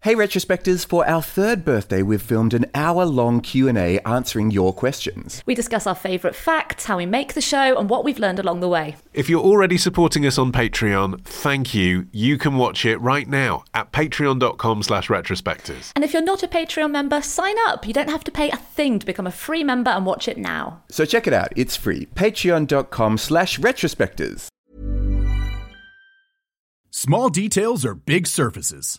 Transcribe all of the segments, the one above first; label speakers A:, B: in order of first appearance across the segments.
A: Hey retrospectors, for our third birthday we've filmed an hour-long Q&A answering your questions.
B: We discuss our favourite facts, how we make the show, and what we've learned along the way.
C: If you're already supporting us on Patreon, thank you. You can watch it right now at patreon.com slash retrospectors.
B: And if you're not a Patreon member, sign up. You don't have to pay a thing to become a free member and watch it now.
A: So check it out, it's free. Patreon.com slash retrospectors.
D: Small details are big surfaces.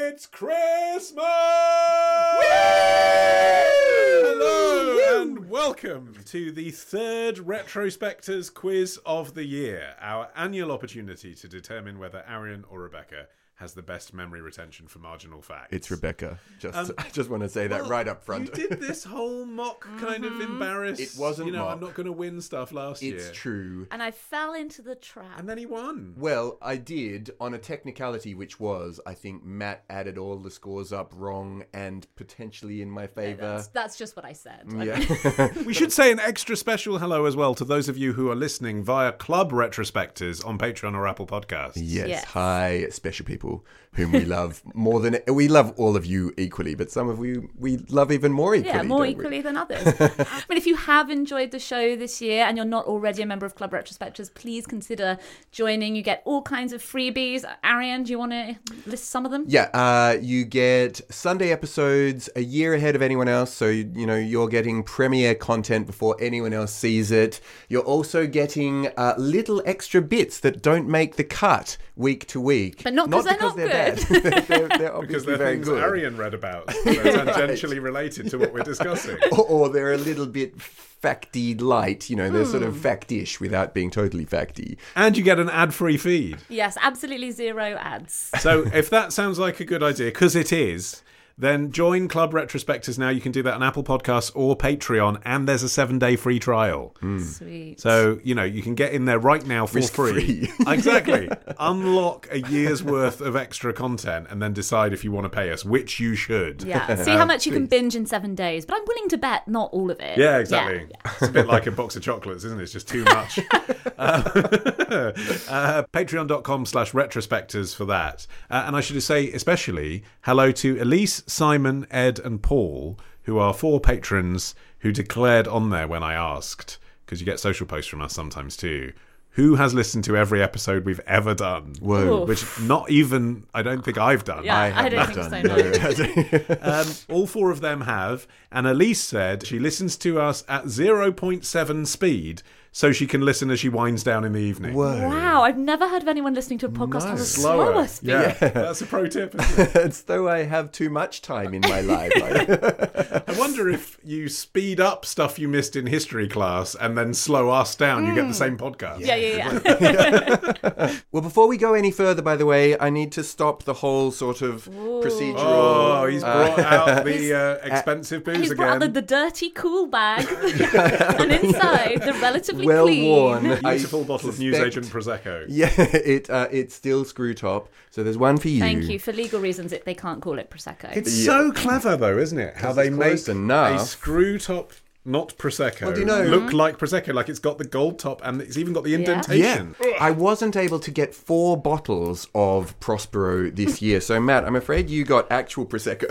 C: It's Christmas! Hello and welcome to the third Retrospectors quiz of the year, our annual opportunity to determine whether Arian or Rebecca has the best memory retention for marginal facts. Um,
E: It's Rebecca. Just, I just want to say that right up front. Mm-hmm.
C: You did this whole mock kind of embarrassed.
E: It wasn't
C: You know,
E: mock.
C: I'm not going to win stuff last year.
E: it's true.
B: And I fell into the trap.
C: And then he won.
E: Well, I did on a technicality, which was I think Matt added all the scores up wrong and potentially in my favour.
B: that's, that's just what I said.
E: Yeah,
C: We should say an extra special hello as well to those of you who are listening via club retrospectors on Patreon or Apple Podcasts.
E: yes.
B: Yes.
E: Hi, special people whom we love more than we love all of you equally, but some of you we love even more equally.
B: Yeah, more
E: don't we?
B: equally than others. I mean, if you have enjoyed the show this year and you're not already a member of Club Retrospectors, please consider joining. You get all kinds of freebies. Ariane, do you want to list some of them?
E: Yeah, uh, you get Sunday episodes a year ahead of anyone else, so you, you know you're getting premiere content before anyone else sees it. You're also getting uh, little extra bits that don't make the cut week to week,
B: But not 'cause they're not
E: they're bad. they're, they're obviously
C: Because they're
E: very
C: things
E: good.
C: Arian read about that are tangentially related to what we're discussing.
E: or, or they're a little bit facty light. You know, they're sort of
B: Hmm.
E: factish without being totally facty.
C: And you get an ad-free feed.
B: Yes, absolutely zero ads.
C: So if that sounds like a good idea, because it is, then join Club Retrospectors now. You can do that on Apple Podcasts or Patreon, and there's a seven-day free trial.
B: Sweet.
C: So, you know, you can get in there right now for free.
E: Risk-free.
C: exactly. Unlock a year's worth of extra content and then decide if you want to pay us, which you should.
B: yeah, see how much you can binge in seven days, but I'm willing to bet not all of it.
C: Yeah, exactly.
B: Yeah.
C: It's a bit like a box of chocolates, isn't it? It's just too much. uh, uh, Patreon.com slash retrospectors for that. Uh, and I should say, especially, hello to Elise, Simon, Ed, and Paul, who are four patrons who declared on there when I asked, because you get social posts from us sometimes too. Who has listened to every episode we've ever done?
E: Whoa.
C: Which not even I don't think I've done.
B: Yeah, I,
E: have
B: don't
E: not
B: think so.
E: done
B: No.
C: Um, all four of them have. And Elise said she listens to us at 0.7 speed so she can listen as she winds down in the evening.
B: Wow, I've never heard of anyone listening to a podcast on a slower, speed.
C: Yeah. That's a pro tip. Isn't it?
E: it's though I have too much time in my life. I-
C: I wonder if you speed up stuff you missed in history class and then slow us down, you get the same podcast.
B: Hmm. Yeah, yeah, yeah.
E: Well, before we go any further, by the way, I need to stop the whole sort of procedural. uh,
C: Oh, he's brought out the uh, expensive booze
B: He's
C: again.
B: brought out the dirty cool bag, and inside the relatively
E: well
B: clean.
E: worn. I
C: Beautiful bottle of
E: suspect-
C: newsagent prosecco.
E: Yeah, it uh, it's still screw top. So there's one for you.
B: Thank you. For legal reasons, it, they can't call it prosecco.
C: It's so clever, though, isn't it? How they
E: it's
C: make
E: close enough.
C: a screw top, not prosecco,
E: do you know-
C: look like prosecco, like it's got the gold top and it's even got the
E: Yeah,
C: indentation.
E: I wasn't able to get four bottles of Prospero this year. So Matt, I'm afraid you got actual prosecco,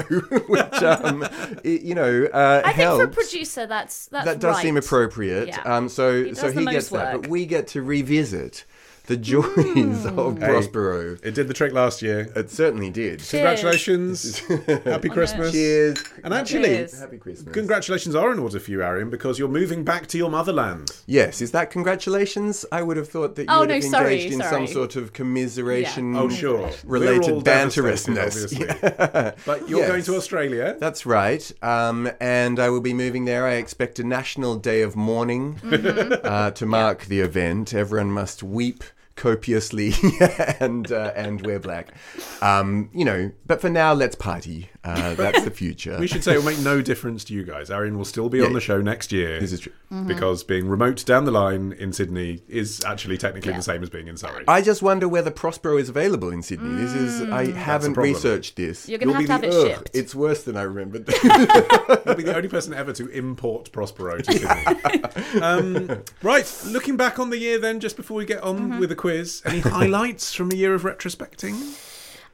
E: which um, it, you know, uh,
B: I think for a
E: helps.
B: producer, that's that's
E: that does
B: right.
E: seem appropriate.
B: Yeah.
E: Um, so
B: He does
E: so
B: the
E: he
B: most
E: gets that,
B: work.
E: but we get to revisit the joys of Prospero.
C: It did the trick last year.
E: It certainly did.
C: Congratulations. Happy Christmas.
E: Cheers.
C: And actually,
B: Cheers.
E: Happy Christmas.
C: congratulations are in order for you, Arian, because you're moving back to your motherland.
E: Yes, is that congratulations? I would have thought that you
B: Oh,
E: would
B: no,
E: have engaged
B: sorry,
E: in some
B: sorry.
E: sort of commiseration
C: Oh, sure.
E: related
C: We're all devastated,
E: banterousness.
C: obviously. But you're
E: Yes.
C: going to Australia.
E: That's right. Um, and I will be moving there. I expect a
B: Mm-hmm.
E: national day of mourning uh, to mark the event. Everyone must weep copiously and uh, and wear black. Um, you know, but for now, let's party. Uh, that's the future.
C: We should say it will make no difference to you guys. Arian will still be on the show next year.
E: This is true.
B: Mm-hmm.
C: Because being remote down the line in Sydney is actually technically
B: Yeah.
C: the same as being in Surrey.
E: I just wonder whether Prospero is available in Sydney. This is I haven't
C: problem.
E: researched this.
B: You're gonna
E: You'll
B: have
E: be
B: to
E: the-
B: have it
E: ugh,
B: shipped.
E: It's worse than I remembered.
C: I'll be the only person ever to import Prospero to Sydney. um, right, looking back on the year then, just before we get on
B: Mm-hmm.
C: with the quiz, any highlights from a year of retrospecting?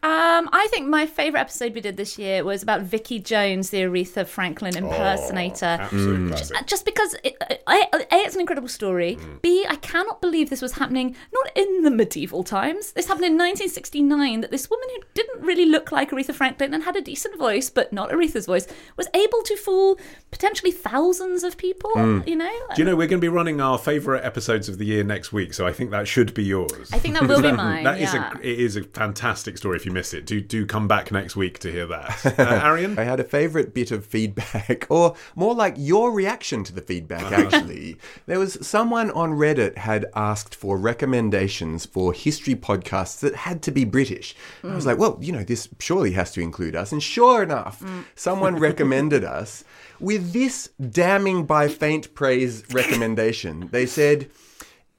B: Um, I think my favourite episode we did this year was about Vicky Jones, the Aretha Franklin impersonator.
C: Absolute classic.
B: just because it, I, I- a it's an incredible story
C: Mm.
B: b i cannot believe this was happening not in the medieval times this happened in 1969 that this woman who didn't really look like aretha franklin and had a decent voice but not aretha's voice was able to fool potentially thousands of people you know
C: Mm. Do you know we're going to be running our favourite episodes of the year next week? So I think that should be yours.
B: i think that will be mine
C: That is
B: yeah.
C: a it is a fantastic story. If you miss it, do do come back next week to hear that. Uh, Arian,
E: I had a favorite bit of feedback, or more like your reaction to the feedback, actually. there was someone on Reddit had asked for recommendations for history podcasts that had to be British. And I was like, well, you know, this surely has to include us. And sure enough, someone recommended us with this damning by faint praise recommendation. They said,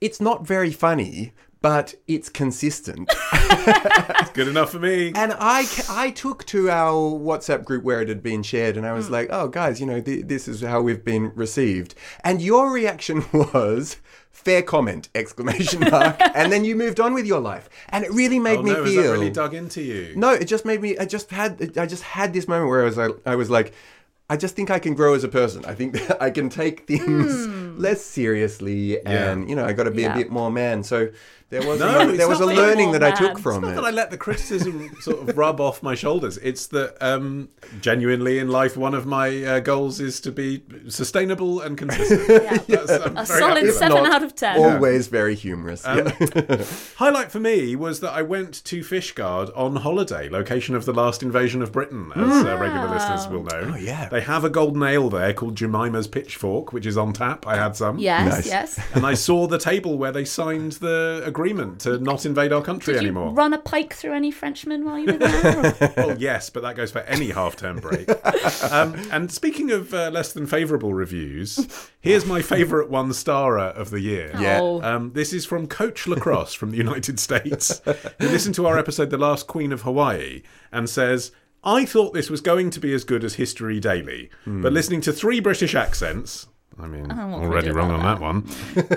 E: it's not very funny, but it's consistent.
C: it's good enough for me.
E: And I, ca- I took to our WhatsApp group where it had been shared, and I
C: Hmm.
E: was like, oh, guys, you know, th- this is how we've been received. And your reaction was, fair comment, exclamation mark. and then you moved on with your life. And it really made
C: Oh
E: me
C: no, has
E: feel.
C: that really dug into you?
E: no, it just made me, I just had, I just had this moment where I was like, I was like, I just think I can grow as a person. I think that I can take things
C: Hmm.
E: less seriously, and you know, I got to be
B: Yeah.
E: a bit more man. So there was
C: No,
E: a, moment-
C: it's
E: there was a
C: not being
E: learning
B: more
E: that I took
B: man.
E: from
C: It's not
E: it.
C: that I let the criticism sort of rub off my shoulders. It's that um, genuinely in life, one of my uh, goals is to be sustainable and consistent. That's- I'm
B: a
C: very happy
B: solid
C: with that.
B: seven out of ten
E: Always very humorous.
C: Um,
E: yeah.
C: Highlight for me was that I went to Fishguard on holiday, location of the last invasion of Britain, as
B: Mm.
C: uh, regular listeners will know. Oh,
E: yeah.
C: They have a golden ale there called Jemima's Pitchfork, which is on tap. I had some.
B: yes
E: Nice.
B: yes
C: And I saw the table where they signed the agreement to not invade our country
B: did you
C: anymore.
B: run a pike through any frenchmen while you were there or-
C: well, yes, but that goes for any half term break. Um, and speaking of uh, less than favourable reviews, here's my favourite one starer of the year.
E: Yeah.
B: Oh.
C: Um, this is from Coach Lacrosse from the United States, who listened to our episode, The Last Queen of Hawaii, and says, I thought this was going to be as good as History Daily, but listening to three British accents. I mean,
B: Hmm. Oh, what can we
C: already
B: do
C: wrong on
B: about
C: that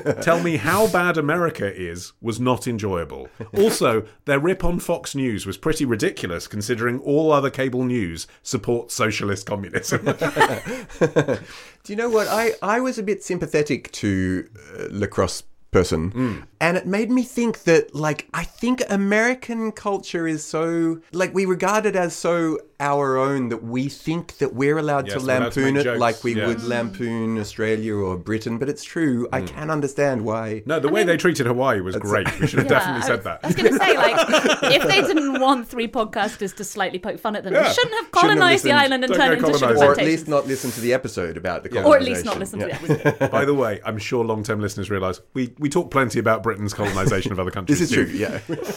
C: one. Tell me how bad America is was not enjoyable. Also, their rip on Fox News was pretty ridiculous considering all other cable news supports socialist communism.
E: Do you know what? I, I was a bit sympathetic to uh, lacrosse person
C: Mm.
E: and it made me think that like i think american culture is so like we regard it as so our own that we think that we're allowed
C: Yes,
E: to
C: we're allowed to
E: lampoon
C: make
E: it
C: jokes,
E: like we
C: yeah.
E: would lampoon australia or britain but it's true i can understand why
C: Mm. no, the way they treated Hawaii was great. We should have definitely said that.
B: I was going to say, like, if they didn't want three podcasters to slightly poke fun at them,
C: Yeah.
B: they shouldn't have
C: Shouldn't have
B: colonized the
C: listened.
B: island and
C: Don't
B: turned it
C: go
B: into sugar
C: colonise.
E: or at
B: plantations.
E: least not listen to the episode about the
B: Or at least not
E: colonization.
B: listen
E: Yeah.
B: to the episode.
C: By the way, I'm sure long-term listeners realise we, we talk plenty about Britain's colonisation of other countries.
E: this is
C: too.
E: true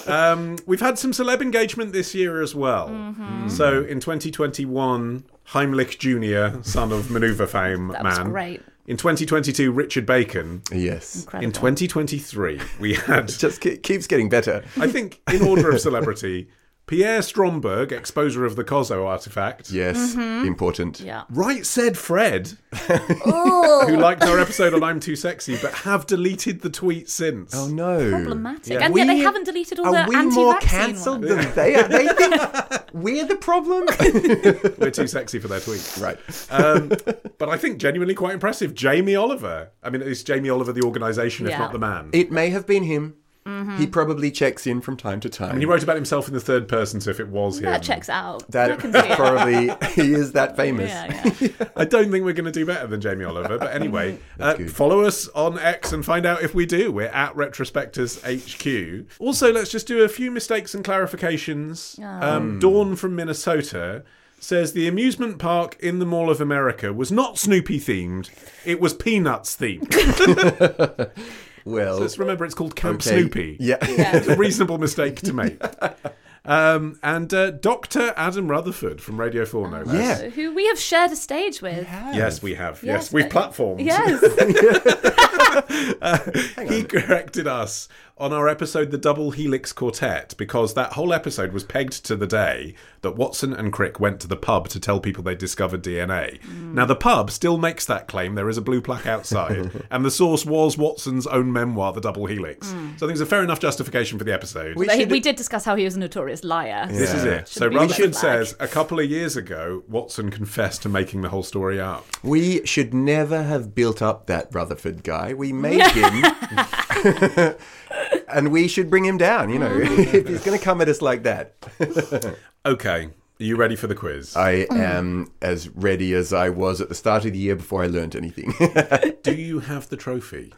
E: yeah
C: Um, we've had some celeb engagement this year as well.
E: Mm-hmm.
C: So in 2021, Heimlich Jr., son of Maneuver fame,
B: That was
C: man.
B: great.
C: In 2022, Richard Bacon.
E: yes
C: In 2023, we had,
E: just ke- keeps getting better
C: I think, in order of celebrity, Pierre Stromberg, exposer of the Kozo artifact.
E: yes
B: Mm-hmm.
E: important
B: yeah.
C: Right said Fred,
E: Oh.
C: who liked our episode on I'm Too Sexy, but have deleted the tweet since.
E: oh no
B: Problematic. And yet they
E: We-
B: haven't deleted all
E: Are
B: the
E: we
B: anti-vaccine
E: more cancelled
B: ones.
E: than they are? They think we're the problem.
C: We're too sexy for their tweets.
E: right.
C: Um, but I think genuinely quite impressive. Jamie Oliver. I mean, it's Jamie Oliver, the organisation, if
B: Yeah.
C: not the man.
E: It may have been him.
B: Mm-hmm.
E: He probably checks in from time to time.
C: and he wrote about himself in the third person, so if it was him.
B: That checks out.
E: that
B: Look and see it.
E: probably he is that famous.
B: Yeah, yeah.
C: I don't think we're going to do better than Jamie Oliver. But anyway, uh, follow us on X and find out if we do. We're at Retrospectors HQ. Also, let's just do a few mistakes and clarifications.
E: Oh.
C: Um, Dawn from Minnesota says the amusement park in the Mall of America was not Snoopy themed, it was Peanuts themed.
E: Well,
C: Let's remember it's called Camp
E: okay.
C: Snoopy.
E: Yeah.
B: Yeah.
C: It's a reasonable mistake to make. Um, and uh, Dr. Adam Rutherford from Radio 4 no less.
E: Yeah.
B: So who we have shared a stage with.
C: Yes, we have. Yes,
B: Yes,
C: we've
B: but-
C: platformed.
B: Yes.
C: he corrected us on our episode, The Double Helix Quartet, because that whole episode was pegged to the day that Watson and Crick went to the pub to tell people they discovered DNA. Now, the pub still makes that claim. There is a blue plaque outside, and the source was Watson's own memoir, The Double Helix. So I think it's a fair enough justification for the episode.
B: But he- we did discuss how he was a notorious liar.
C: this is it. So
B: Should be a red
C: Rutherford
B: flag.
C: says a couple of years ago, Watson confessed to making the whole story up.
E: We should never have built up that Rutherford guy. We made him. and we should bring him down, you know, if he's going to come at us like that.
C: Okay, are you ready for the quiz?
E: I
B: Mm.
E: am as ready as I was at the start of the year before I learnt anything.
C: Do you have the trophy?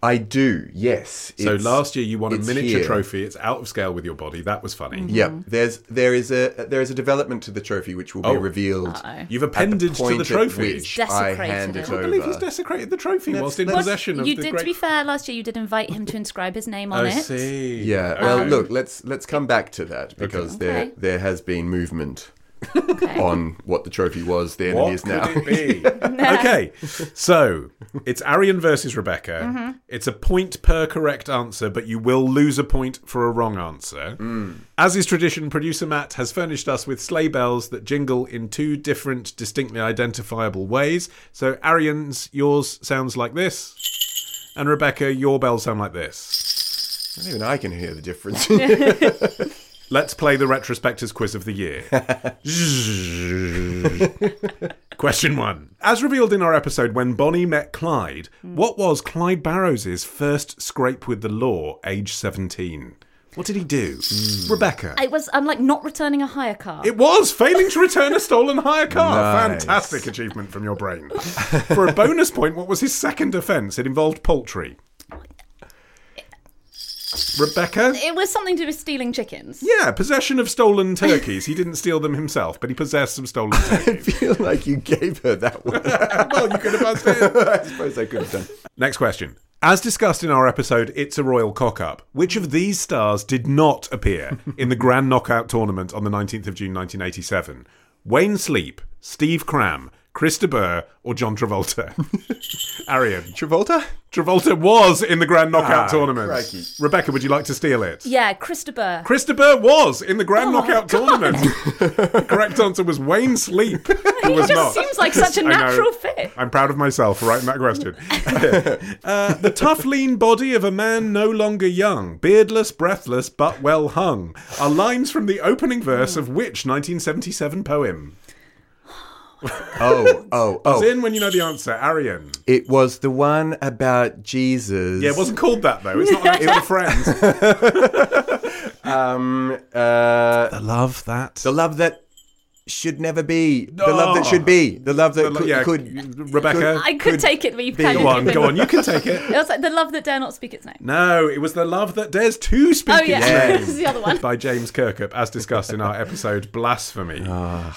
E: I do, yes.
C: So
E: It's-
C: last year you won a
E: it's
C: miniature
E: here.
C: trophy. It's out of scale with your body. That was funny.
B: Mm.
E: Yep. There's there is a there is a development to the trophy which will be revealed.
C: You've appended Oh. to
E: point
C: the
E: at
C: trophy.
E: which I
B: desecrated
E: hand
B: it.
E: it
B: I
C: I
E: over.
C: believe he's desecrated the trophy whilst in
E: that's-
C: possession of
B: you
C: the
B: did,
C: great.
B: to be fair, last year you did invite him to inscribe his name on
C: I
B: it.
C: see.
E: yeah. Well,
C: Okay.
E: look, let's let's come back to that because there
B: Okay.
E: there has been movement
B: Okay.
E: on what the trophy was then
C: What
E: and is
C: could
E: now.
C: it be? okay, so it's Arian versus Rebecca. It's a point per correct answer, but you will lose a point for a wrong answer. As is tradition, producer Matt has furnished us with sleigh bells that jingle in two different, distinctly identifiable ways. So Arian's, yours sounds like this, and Rebecca, your bells sound like this.
E: Not even I can hear the difference.
C: Let's play the retrospectives quiz of the year. Question one. As revealed in our episode when Bonnie met Clyde, what was Clyde Barrows' first scrape with the law, age 17? What did he do? Rebecca.
B: It was, I'm like not returning a hire car.
C: it was failing to return a stolen hire car.
E: Nice.
C: Fantastic achievement from your brain. For a bonus point, what was his second offence? It involved poultry. Rebecca?
B: It was something to do with stealing chickens.
C: Yeah, possession of stolen turkeys. He didn't steal them himself, but he possessed some stolen
E: I
C: turkeys.
E: feel like you gave her that one.
C: well, you could have buzzed in.
E: I suppose I could have done.
C: Next question. As discussed in our episode, It's a Royal Cock Up, which of these stars did not appear in the Grand Knockout Tournament on the 19th of June 1987? Wayne Sleep, Steve Cram, Chris de Burr, or John Travolta? Arian.
E: Travolta?
C: Travolta Ah, was in the Grand Knockout Tournament.
E: crikey.
C: Rebecca, would you like to steal it?
B: Yeah, Christopher.
C: Christopher was in the Grand
B: Oh,
C: Knockout Tournament. the correct answer was Wayne Sleep, who was
B: just
C: not.
B: seems like such a
C: I know.
B: natural fit.
C: I'm proud of myself for writing that question. uh, the tough, lean body of a man no longer young, beardless, breathless, but well hung, are lines from the opening verse of which 1977 poem?
E: Oh, oh, oh.
C: As in, when you know the answer, Arian.
E: It was the one about Jesus.
C: Yeah, it wasn't called that though. It's not an episode of Friends.
E: Um, Uh,
C: I love that.
E: the love that should never be. The love that should be. The love that could.
C: Oh. yeah,
E: could
C: Rebecca.
B: I could take it, but you've kind
C: Go
B: of
C: on,
B: given-
C: go on. You can take it.
B: It was like the love that dare not speak its name.
C: No, it was the love that dares to speak
B: Oh,
C: its
B: yeah.
C: name.
B: This is the other one.
C: by James Kirkup, as discussed in our episode "Blasphemy,"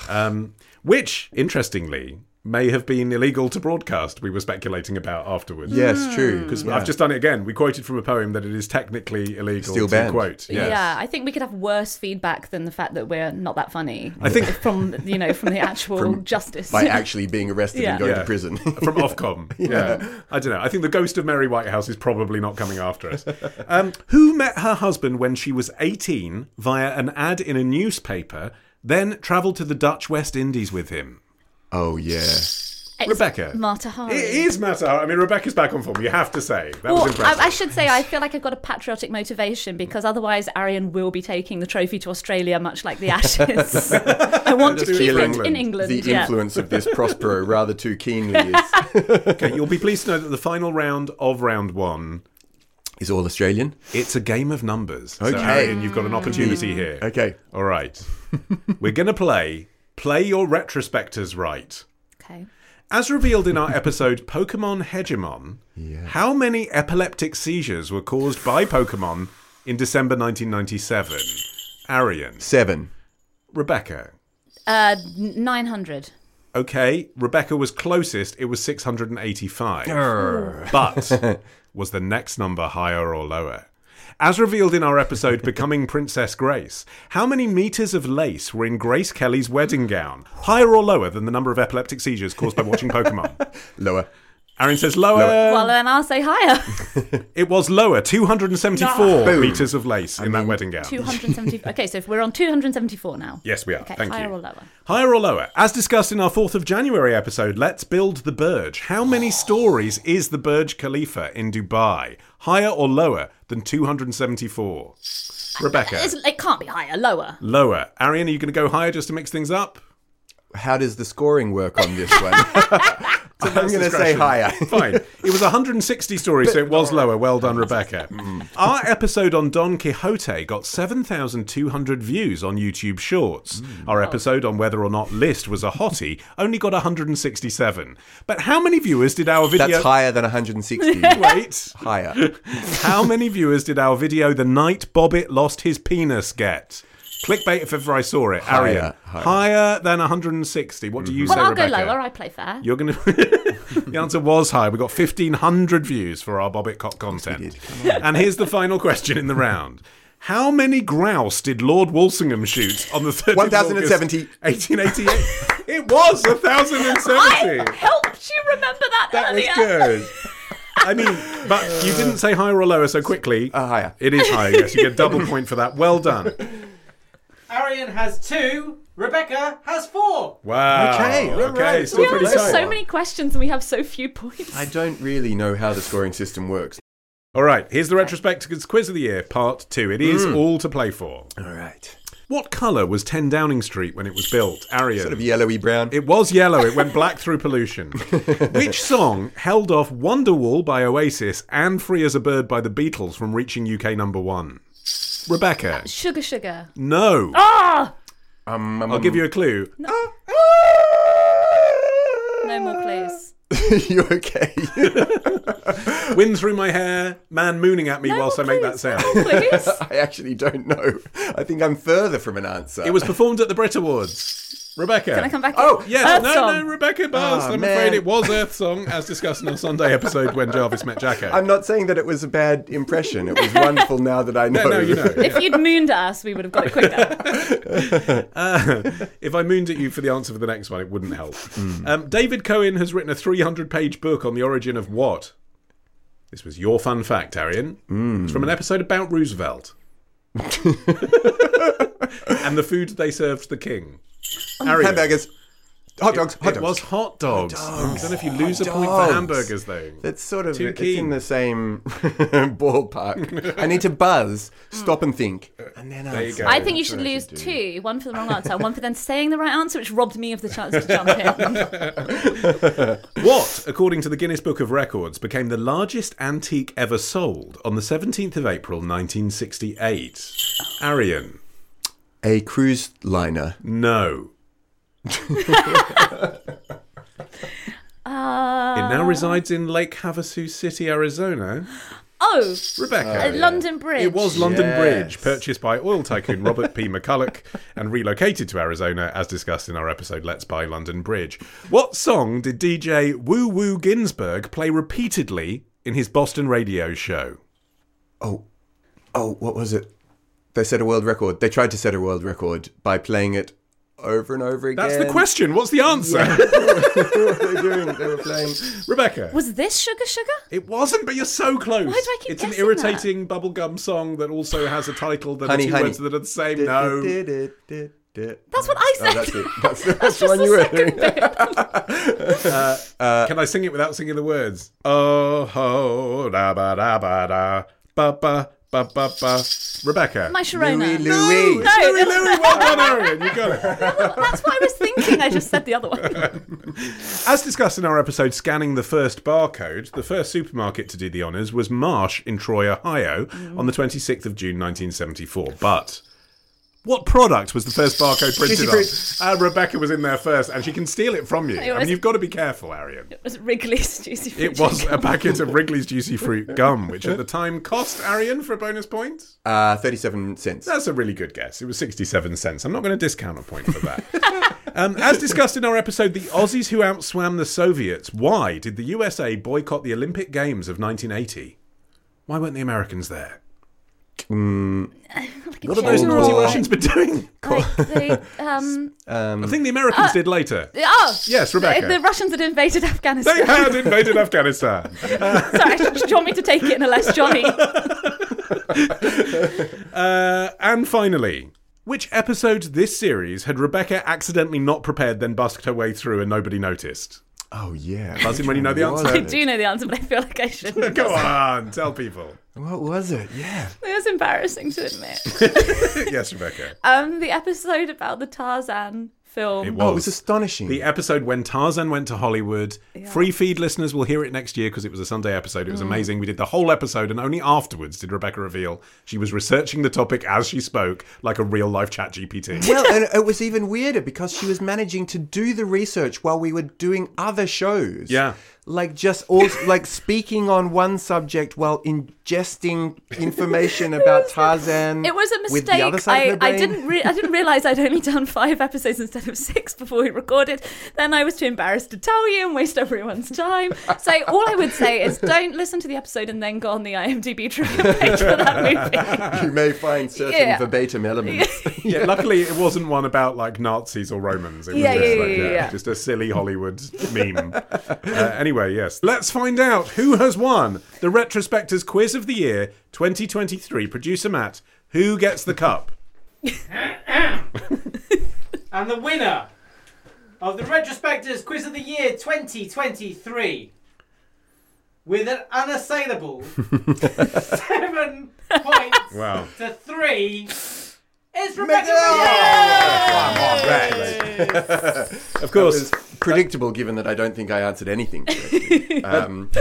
C: um, which, interestingly, may have been illegal to broadcast. We were speculating about afterwards.
E: yes, true. Because
C: I've just done it again. We quoted from a poem that it is technically illegal
E: Still
C: to
E: banned.
C: quote. Yes.
B: Yeah, I think we could have worse feedback than the fact that we're not that funny.
C: I think-
B: from you know from the actual
E: From-
B: justice.
E: by actually being arrested
B: Yeah.
E: and going
C: Yeah.
E: to prison.
C: from Ofcom. Yeah. I don't know. I think the ghost of Mary Whitehouse is probably not coming after us. Um, who met her husband when she was 18 via an ad in a newspaper, then travelled to the Dutch West Indies with him?
E: oh yeah.
B: It's
C: Rebecca.
B: Marta Hari.
C: It is Matt Hart. I mean, Rebecca's back on form. You have to say that
B: Well,
C: was
B: I,
C: impressive.
B: I should say I feel like I've got a patriotic motivation because otherwise Arian will be taking the trophy to Australia, much like the Ashes. I want to
C: Just
B: keep it
C: feeling
B: in
C: England.
B: England.
E: The
B: yeah.
E: influence of this Prospero rather too keenly is,
C: okay, you'll be pleased to know that the final round of round one,
E: is all Australian.
C: it's a game of numbers. So,
E: Okay.
C: Arian, you've got an opportunity here.
E: Okay.
C: All right. We're going to play Play Your Retrospectors Right.
B: Okay.
C: As revealed in our episode Pokemon Hegemon, how many epileptic seizures were caused by Pokemon in December 1997? Arian,
E: Seven.
C: Rebecca,
B: Uh, 900.
C: Okay, Rebecca was closest. It was 685. But was the next number higher or lower? As revealed in our episode Becoming Princess Grace, how many meters of lace were in Grace Kelly's wedding gown? Higher or lower than the number of epileptic seizures caused by watching Pokemon?
E: Lower.
C: Aaron says lower.
B: well, then I'll say higher.
C: It was lower, 274 meters of lace in that wedding gown.
B: 270. Okay, so if we're on 274 now.
C: Yes, we are.
B: Okay,
C: Thank
B: higher
C: you.
B: or lower?
C: Higher or lower? As discussed in our 4th of January episode, Let's Build the Burj. How many stories is the Burj Khalifa in Dubai? Higher or lower than 274? Rebecca.
B: It's, it can't be higher, lower.
C: Lower. Arian, are you going to go higher just to mix things up?
E: How does the scoring work on this one? I'm going to say
C: discretion.
E: higher.
C: Fine. It was 160 stories, so it was lower. Well done, Rebecca.
B: Mm.
C: Our episode on Don Quixote got 7,200 views on YouTube Shorts.
B: Mm.
C: Our episode on whether or not List was a hottie only got 167. But how many viewers did our video?
E: That's higher than 160.
C: Wait.
E: higher.
C: How many viewers did our video The Night Bobbit Lost His Penis get? Clickbait if ever I saw it.
E: Higher,
C: Arian. Higher,
E: higher.
C: than 160. What do you
B: Well,
C: say,
B: I'll
C: Rebecca?
B: go lower. I play fair.
C: You're gonna. the answer was high. We got 1,500 views for our Bobbit Cock content. And here's the final question in the round. How many grouse did Lord Walsingham shoot on the 30th
E: 1070.
C: of August, 1888? it was 1,070.
B: I helped you remember that,
C: That was
B: earlier.
C: good. I mean, but you didn't say higher or lower so quickly.
E: Uh, higher.
C: It is higher, yes. You get a double point for that. Well done.
F: Arian has two. Rebecca has four.
C: Wow.
E: Okay, all
C: Okay.
E: right.
C: Still
B: We
C: pretty
B: answered
C: tight.
B: so many questions and we have so few points.
E: I don't really know how the scoring system works.
C: All right. Here's the retrospectives quiz of the year, part two. It
E: Mm.
C: is all to play for.
E: All right.
C: What colour was 10 Downing Street when it was built? Arian.
E: Sort of yellowy brown.
C: It was yellow. It went black through pollution. Which song held off Wonderwall by Oasis and Free as a Bird by the Beatles from reaching UK number one? Rebecca.
B: Sugar, sugar.
C: No.
B: Ah!
E: Um, um,
C: I'll give you a clue.
B: No more clues.
E: you okay?
C: Wind through my hair, man mooning at me
B: No
C: whilst I
B: more
C: make that
B: clues.
C: sound.
B: No more clues.
E: I actually don't know. I think I'm further from an answer.
C: It was performed at the Brit Awards. Rebecca.
B: Can I come back?
E: Oh,
B: in?
C: Yes,
B: Earth
C: no,
B: song.
C: no, Rebecca Bars.
E: Ah,
C: I'm
E: man.
C: afraid it was Earth Song, as discussed in our Sunday episode when Jarvis met Jacko.
E: I'm not saying that it was a bad impression. It was wonderful now that I know.
C: no, no, you know.
B: If you'd mooned at us, we would have got it quicker.
C: if I mooned at you for the answer for the next one, it wouldn't help.
E: Hmm.
C: Um, David Cohen has written a 300 page book on the origin of what? This was your fun fact, Arian.
E: Hmm.
C: It's from an episode about Roosevelt and the food they served the king. Arian.
E: Hamburgers, hot dogs, hot
C: It
E: dogs.
C: was hot dogs. I don't know if you lose a point for
E: dogs.
C: hamburgers, though.
E: That's sort of
C: Too
E: it's
C: keen.
E: in the same ballpark. I need to buzz, stop and think, and then
C: There you go.
B: I think you should lose two. One for the wrong answer, one for then saying the right answer, which robbed me of the chance to jump in.
C: What, according to the Guinness Book of Records, became the largest antique ever sold on the 17th of April 1968? Arian.
E: A cruise liner.
C: No. it now resides in Lake Havasu City, Arizona.
B: Oh,
C: Rebecca.
B: uh, London Bridge.
C: It was London
E: Yes.
C: Bridge, purchased by oil tycoon Robert P. McCulloch and relocated to Arizona, as discussed in our episode Let's Buy London Bridge. What song did DJ Woo Woo Ginsburg play repeatedly in his Boston radio show?
E: Oh, oh, what was it? They set a world record. They tried to set a world record by playing it over and over again.
C: That's the question. What's the answer?
E: what were they doing? They were playing.
C: Rebecca.
B: Was this Sugar Sugar?
C: It wasn't, but you're so close.
B: Why do I keep
C: It's an
B: guessing that?
C: irritating bubblegum song that also has a title that
E: Honey,
C: are two
E: honey.
C: words that are the same. No.
B: That's what I
E: Oh,
B: said.
E: that's it. That's, that's,
B: That's
E: the
B: just
E: one
B: the
E: you were
B: second bit.
C: Can I sing it without singing the words? Oh ho da ba da ba da ba ba ba ba ba. Rebecca.
B: My
E: Louis,
B: Sharona.
E: Louis.
C: It's Louie Louie, well done, Aaron. You got it.
B: That's what I was thinking. I just said the other one.
C: As discussed in our episode Scanning the First Barcode, the first supermarket to do the honours was Marsh in Troy, Ohio on the 26th of June 1974. But what product was the first barcode printed on? Uh, Rebecca was in there first, and she can steal it from you. I mean,
B: was-
C: you've got to be careful, Arian.
B: It was Wrigley's Juicy Fruit
C: It was
B: Chicken.
C: a packet of Wrigley's Juicy Fruit Gum, which at the time cost Arian for a bonus point.
E: Uh, 37 cents.
C: That's a really good guess. It was 67 cents. I'm not going to discount a point for that. Um, as discussed in our episode, the Aussies who outswam the Soviets. Why did the USA boycott the Olympic Games of 1980? Why weren't the Americans there?
B: Like
E: What
B: a
E: are those
B: general,
C: What's the
E: Cool.
C: Russians been doing?
B: like, they, um,
C: I think the Americans did later.
B: oh,
C: Yes, Rebecca.
B: Uh, The, the Russians had invaded Afghanistan.
C: They had invaded Afghanistan.
B: Sorry, do you want me to take it in a less Johnny?
C: Uh, and finally, which episode this series had Rebecca accidentally not prepared, then busked her way through and nobody noticed?
E: Oh yeah.
C: Does anyone know the
E: What was
C: answer?
B: I
E: it?
B: do know the answer, but I feel like I shouldn't.
C: Go on, tell people.
E: What was it? Yeah.
B: It was embarrassing to admit.
C: yes, Rebecca.
B: Um, the episode about the Tarzan film.
C: It
E: Oh, it
C: was.
E: was astonishing.
C: the episode when Tarzan went to Hollywood. Free feed listeners will hear it next year because it was a Sunday episode.
B: Mm.
C: It was amazing. We did the whole episode, and only afterwards did Rebecca reveal she was researching the topic as she spoke, like a real life chat GPT.
E: well, and it was even weirder because she was managing to do the research while we were doing other shows.
C: Yeah.
E: Like just all like speaking on one subject while ingesting information about Tarzan.
B: It was a
E: with
B: mistake.
E: the other side
B: I,
E: of her
B: I
E: brain.
B: didn't re- I didn't realize I'd only done five episodes instead of six before we recorded. Then I was too embarrassed to tell you and waste everyone's time. So all I would say is don't listen to the episode and then go on the IMDb trivia page for that movie.
E: You may find certain
B: Yeah.
E: verbatim elements.
C: yeah, luckily it wasn't one about like Nazis or Romans. It was
B: Yeah,
C: just
B: yeah,
C: like
B: yeah, yeah, yeah.
C: just a silly Hollywood meme. Uh, anyway, yes. Let's find out who has won the Retrospectors Quiz of the Year 2023. Producer Matt, who gets the cup?
F: And the winner of the Retrospectors Quiz of the Year 2023 with an unassailable seven points
C: Wow.
F: to three is
E: Make
F: Rebecca
E: it up!
F: Williams!
C: Of course.
E: It's predictable given that I don't think I answered anything. correctly. um,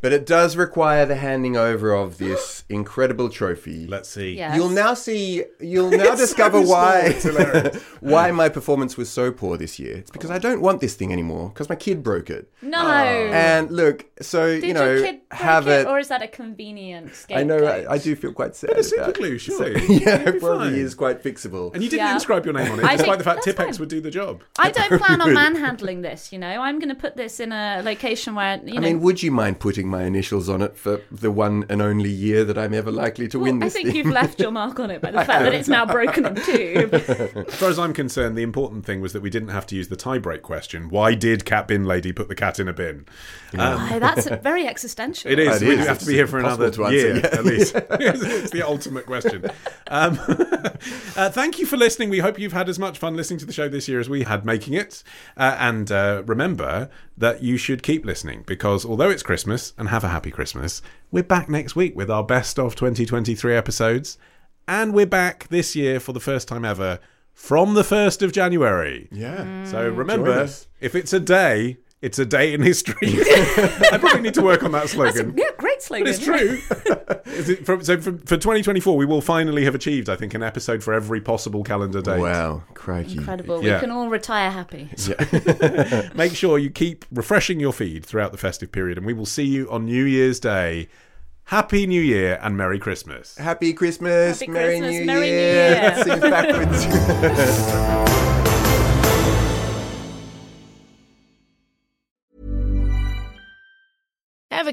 E: but it does require the handing over of this incredible trophy.
C: Let's see.
B: Yeah.
E: You'll now see. You'll now discover
C: so
E: why
C: small, it's hilarious.
E: why my performance was so poor this year. It's because I don't want this thing anymore because my kid broke it.
B: No.
E: Ah. And look, so
B: Mm. Did
E: you know,
B: your kid break
E: have
B: it,
E: it.
B: or is that a convenient scapegoat?
E: I know. I, I do feel quite sad.
C: It's super
E: about it.
C: glue, surely.
E: Yeah,
C: You'll be
E: it probably
C: fine.
E: is quite fixable.
C: And you didn't
B: Yeah.
C: inscribe your name on it,
B: I
C: despite
B: think
C: the fact
B: that's
C: Tipex
B: fine.
C: would do the job.
B: I don't plan on manhandling this. You know, I'm going to put this in a location where you
E: I
B: know.
E: mean, would you mind putting my initials on it for the one and only year that I'm ever likely to
B: Well,
E: win
B: I
E: this
B: think
E: thing?
B: you've left your mark on it by the fact that it's now broken in two.
C: As far as I'm concerned, the important thing was that we didn't have to use the tiebreak question. Why did Cat Bin Lady put the cat in a bin?
B: Oh, that's very existential.
C: It is.
E: It
C: we
E: is.
C: do have to be
E: It's
C: here for another
E: impossible to answer,
C: year,
E: yeah.
C: at least. it's the ultimate question. Um, uh, thank you for listening. We hope you've had as much fun listening to the show this year as we had making it. Uh, and uh, remember that you should keep listening because although it's Christmas and have a happy Christmas, we're back next week with our best of 2023 episodes. And we're back this year for the first time ever from the 1st of January.
E: yeah.
C: So
E: Join
C: remember,
E: us.
C: if it's a day, it's a day in history. I probably need to work on that slogan.
B: Yeah, great slogan.
C: But it's true. Is it from, so from, for 2024, we will finally have achieved, I think, an episode for every possible calendar day.
E: Wow, crikey!
B: Incredible.
C: Yeah.
B: We can all retire happy.
C: Make sure you keep refreshing your feed throughout the festive period, and we will see you on New Year's Day. Happy New Year and Merry Christmas.
E: Happy Christmas,
B: Happy
E: Merry
B: Christmas,
E: New
B: Merry New
E: Year.
B: Year.
E: Sing backwards.
G: Ever